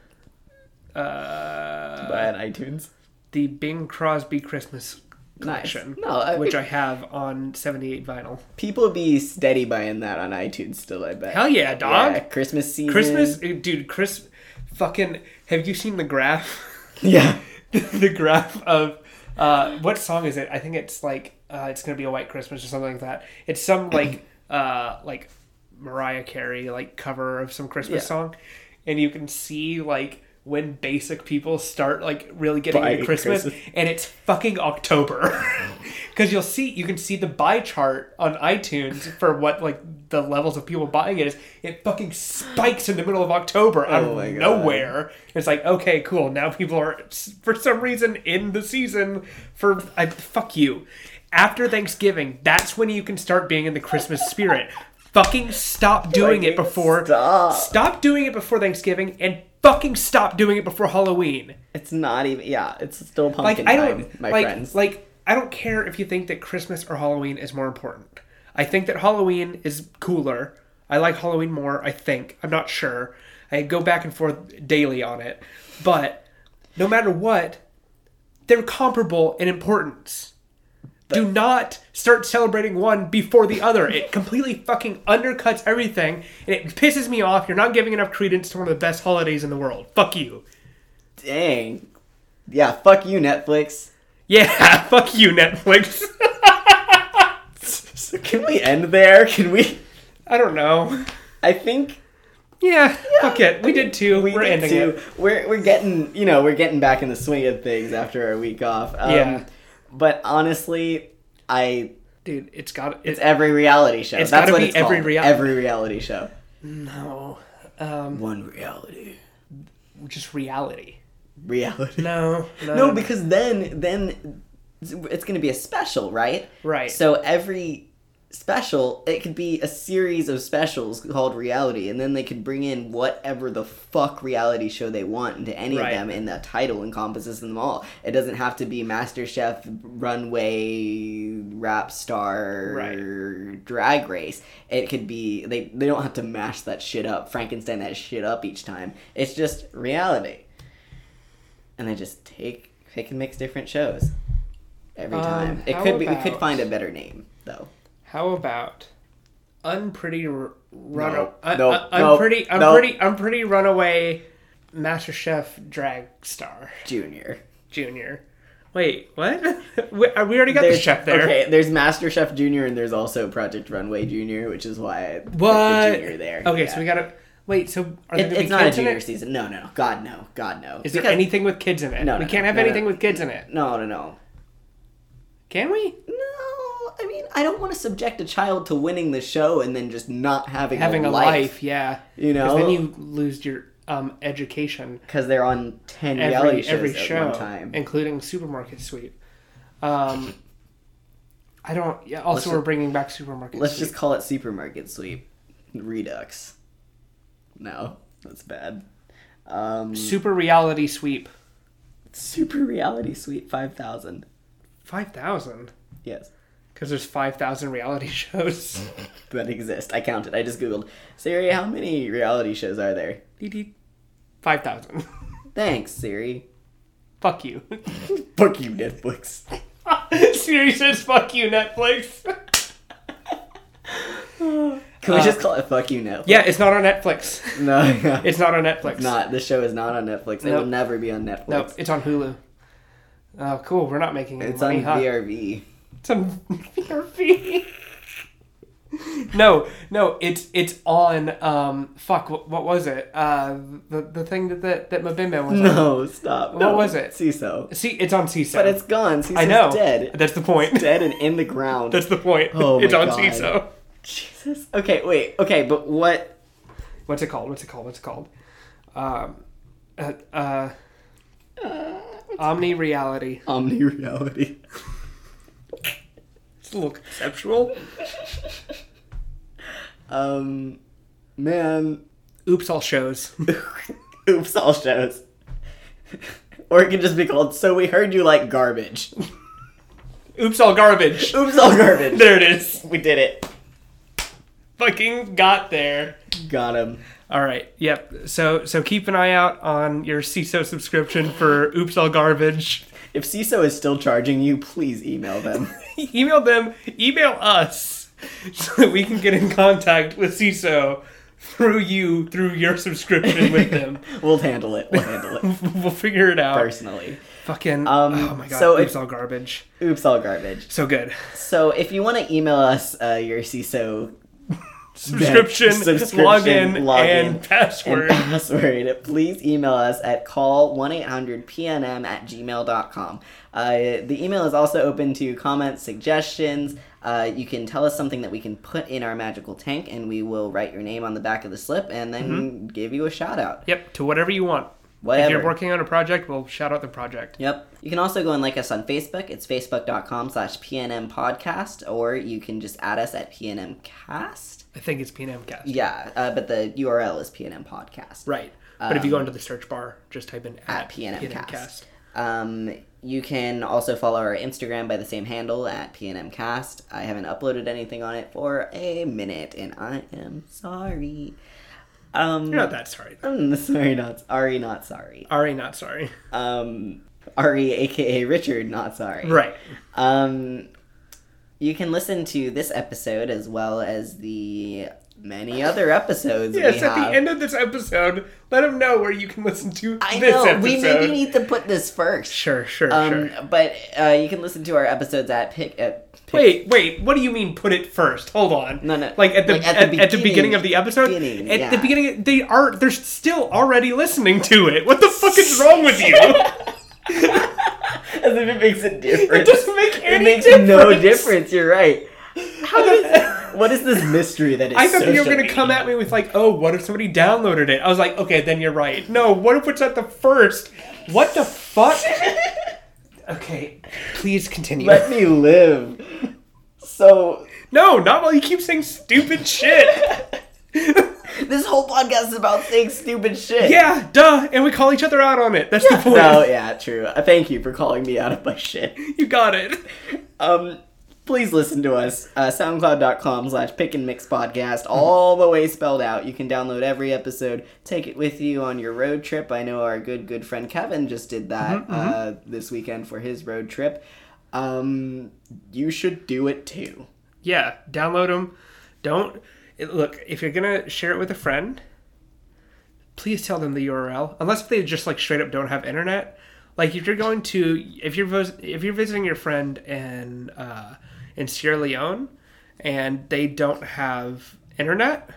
uh,
Buy on iTunes.
the Bing Crosby Christmas
Nice.
collection,
No, I
which
mean-
I have on 78 vinyl.
People be steady buying that on iTunes still, I bet.
Hell yeah, dog!
Yeah, Christmas season.
Christmas, dude. Chris, fucking. Have you seen the graph?
Yeah.
the graph of uh, what song is it? I think it's like uh, it's gonna be a white Christmas or something like that. It's some like uh, like Mariah Carey like cover of some Christmas
Yeah.
song, and you can see like when basic people start like really getting
Buying
into Christmas,
Christmas.
and it's fucking October. Because you'll see, you can see the buy chart on iTunes for what like the levels of people buying it is. It fucking spikes in the middle of October out
Oh my
of
God.
nowhere. It's like, okay, cool. Now people are, for some reason, in the season for. I, fuck you. After Thanksgiving, that's when you can start being in the Christmas spirit. fucking stop doing it
Fucking
before.
stop.
stop doing it before Thanksgiving and fucking stop doing it before Halloween
It's not even. Yeah, it's still
like
pumpkin
I
time,
don't
my
like
friends.
like I don't care if you think that Christmas or Halloween is more important. I think that Halloween is cooler. I like Halloween more. I think I'm not sure. I go back and forth daily on it, but no matter what, they're comparable in importance. Do not start celebrating one before the other. It completely fucking undercuts everything, and it pisses me off. You're not giving enough credence to one of the best holidays in the world. Fuck you.
Dang. Yeah, fuck you, Netflix.
Yeah, fuck you, Netflix.
So can we end there? Can we?
I don't know.
I think
Yeah, fuck it. We did two.
we
We are
get
ending
to.
it.
We're we're getting you know we're getting back in the swing of things after our week off. Um,
Yeah.
But honestly, I
Dude, it's got it's
it's every reality show.
It's
That's
gotta
what
be
it's
every
called.
rea-
every reality show.
no. Um
One reality.
just reality.
Reality.
No. No.
No, because then then it's gonna be a special, right?
Right.
So every special, it could be a series of specials called reality, and then they could bring in whatever the fuck reality show they want into any
Right.
of them, and that title encompasses them all. It doesn't have to be MasterChef, Runway, Rap Star, Drag Race. It could be they they don't have to mash that shit up, Frankenstein that shit up each time. It's just reality, and they just take pick and mix different shows every
Um,
time. It
how
could be we could
about-
find a better name though.
How about unpretty r- run?
No,
un-
no,
un-
no,
unpretty,
no.
unpretty, unpretty runaway, Master Chef drag star
Junior.
junior. Wait, what? we, uh, we already got the
There's-
chef there.
Okay, there's Master Chef Junior and there's also Project Runway Junior, which is why I put
What?
the junior there.
Okay,
yeah.
so we gotta wait. So are there gonna
It-
be
it's not a
kids in
junior
it?
season. No, no, God no, God no.
Is
Because-
there anything with kids in it?
No,
we
no,
can't
no,
have
no,
anything
no.
with kids in it.
No, no, no,
Can we?
no. I mean, I don't want to subject a child to winning the show and then just not having
Having
a,
a
life
life, yeah.
You
'Cause
know?
then you lose your um, education
because they're on ten reality
every
shows
every
at
show,
one time.
including Supermarket Sweep. Um, I don't. Yeah. Also,
Let's
we're bringing back Supermarket.
Let's
Sweep.
just call it Supermarket Sweep Redux. No, that's bad. Um,
Super Reality Sweep.
Super Reality Sweep Five Thousand.
Five thousand.
Yes.
Because there's five thousand reality shows.
that exist. I counted. I just googled. Siri, how many reality shows are there?
five thousand.
Thanks, Siri.
Fuck you.
Fuck you, Netflix.
Siri says, "Fuck you, Netflix."
Can we just call it "Fuck You" Netflix?
Uh, yeah, it's not on Netflix.
No, yeah. it's
It's not on Netflix.
not. This show is not on Netflix. It will
Nope.
never be on Netflix.
Nope, it's on Hulu. Oh, cool. We're not making any
It's
money,
on
huh?
VRV.
It's on VRV. no, no, it's it's on um fuck what, what was it? Uh the the thing that that, that Mabimba was on.
No, stop. no.
was it?
CISO.
See, it's on CISO.
But it's gone. CISO's
I know.
dead.
That's the point.
Dead and in the ground.
That's the point.
Oh my
it's on
God.
CISO.
Jesus. Okay, wait. Okay, but what?
What's it called? What's it called? What's it called? Um uh, uh
Uh,
Omni reality.
Omni reality.
It's a little conceptual.
Um, man.
Oops, all shows.
Oops, all shows. or it could just be called So We Heard You Like Garbage.
Oops, all garbage.
Oops, all garbage.
There it is.
we did it.
Fucking got there.
Got him.
All right. Yep. So so keep an eye out on your CISO subscription for Oops All Garbage.
If CISO is still charging you, please email them.
email them. Email us so that we can get in contact with CISO through you through your subscription with them.
we'll handle it. We'll handle it
we'll figure it out.
personally.
Fucking.
Um,
oh my god.
so
Oops
if-
All Garbage.
Oops, all garbage.
So good.
So if you want to email us uh, your CISO
Subscription,
subscription,
login,
login,
and password.
and password, please email us at call 1-800-PNM at gmail.com. Uh, the email is also open to comments, suggestions. Uh, you can tell us something that we can put in our magical tank, and we will write your name on the back of the slip and then give you a shout out.
yep. To whatever you want.
Whatever.
If you're working on a project, we'll shout out the project.
Yep. You can also go and like us on Facebook. It's facebook.com slash PNM podcast, or you can just add us at PNM cast.
I think it's PNMcast.
Yeah, uh, but the URL is PNM podcast.
Right. But if you go into the search bar, just type in
Um, at
at,
PNM
PNMcast.
Cast. Um, you can also follow our Instagram by the same handle at PNM Cast. I haven't uploaded anything on it for a minute, and I am sorry. Um,
You're not that sorry. though.
I'm sorry, not Ari, not sorry.
Ari, not sorry.
Um, Ari, aka Richard, not sorry.
Right.
Um, you can listen to this episode as well as the many other episodes.
Yes,
we
at
have.
the end of this episode, let them know where you can listen to
I
this
know
episode.
we maybe need to put this first.
Sure, sure,
Um,
sure.
but uh, you can listen to our episodes at pick at pick.
Wait, wait. What do you mean? Put it first. Hold on.
No, no,
Like at the,
like
at, at the, beginning, of the episode.
beginning,
at
yeah.
the beginning, they are they're still already listening to it. What the fuck is wrong with you?
As if it makes a difference.
It doesn't make any
it makes
difference.
no difference. You're right.
How does-
What is this mystery that is?
I thought you were
social
gonna
media?
come at me with like, oh, what if somebody downloaded it? I was like, okay, then you're right. No, what if it's at the first? What the fuck? okay, please continue.
Let me live. So
No, not while you keep saying stupid shit.
This whole podcast is about saying stupid shit.
yeah, duh. And we call each other out on it. That's the point.
No, yeah, true. Uh, Thank you for calling me out of my shit.
You got it.
Um, please listen to us. Uh, SoundCloud.com slash pick and mix podcast, all the way spelled out. You can download every episode, take it with you on your road trip. I know our good, good friend Kevin just did that
Mm-hmm,
uh, this weekend for his road trip. Um, you should do it too.
Yeah, download them. Don't it- look if you're gonna share it with a friend. Please tell them the URL, unless they just like straight up don't have internet. Like if you're going to if you're vis- if you're visiting your friend in uh, in Sierra Leone, and they don't have internet.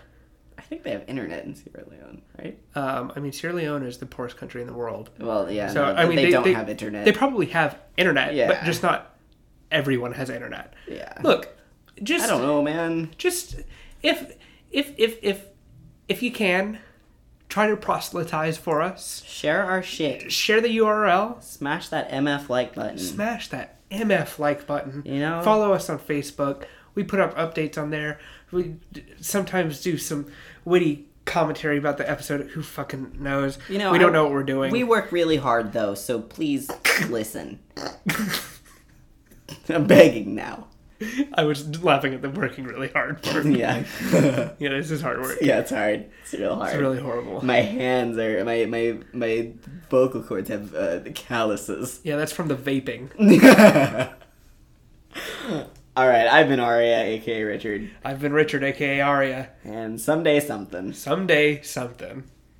I think they have internet in Sierra Leone, right?
Um, I mean, Sierra Leone is the poorest country in the world.
Well, yeah.
So
no,
I mean,
but they, don't have internet.
They probably have internet, but
Yeah.
just not everyone has internet.
yeah.
Look, just
I don't know, man.
just if if if if if you can try to proselytize for us
Share our shit.
share the url
Smash that MF like button.
smash that mf like button
You know?
follow us on facebook we put up updates on there we d- sometimes do some witty commentary about the episode who fucking knows
You know,
we don't
I-
know what we're doing
We work really hard though, so please listen. I'm begging now.
i was laughing at them working really hard for
Yeah.
yeah this is hard work
yeah, it's hard. It's real hard.
it's really horrible
my hands are my my my vocal cords have uh, calluses.
yeah that's from the vaping
All right, I've been Aria, aka Richard,
i've been richard aka aria
and someday something.
someday something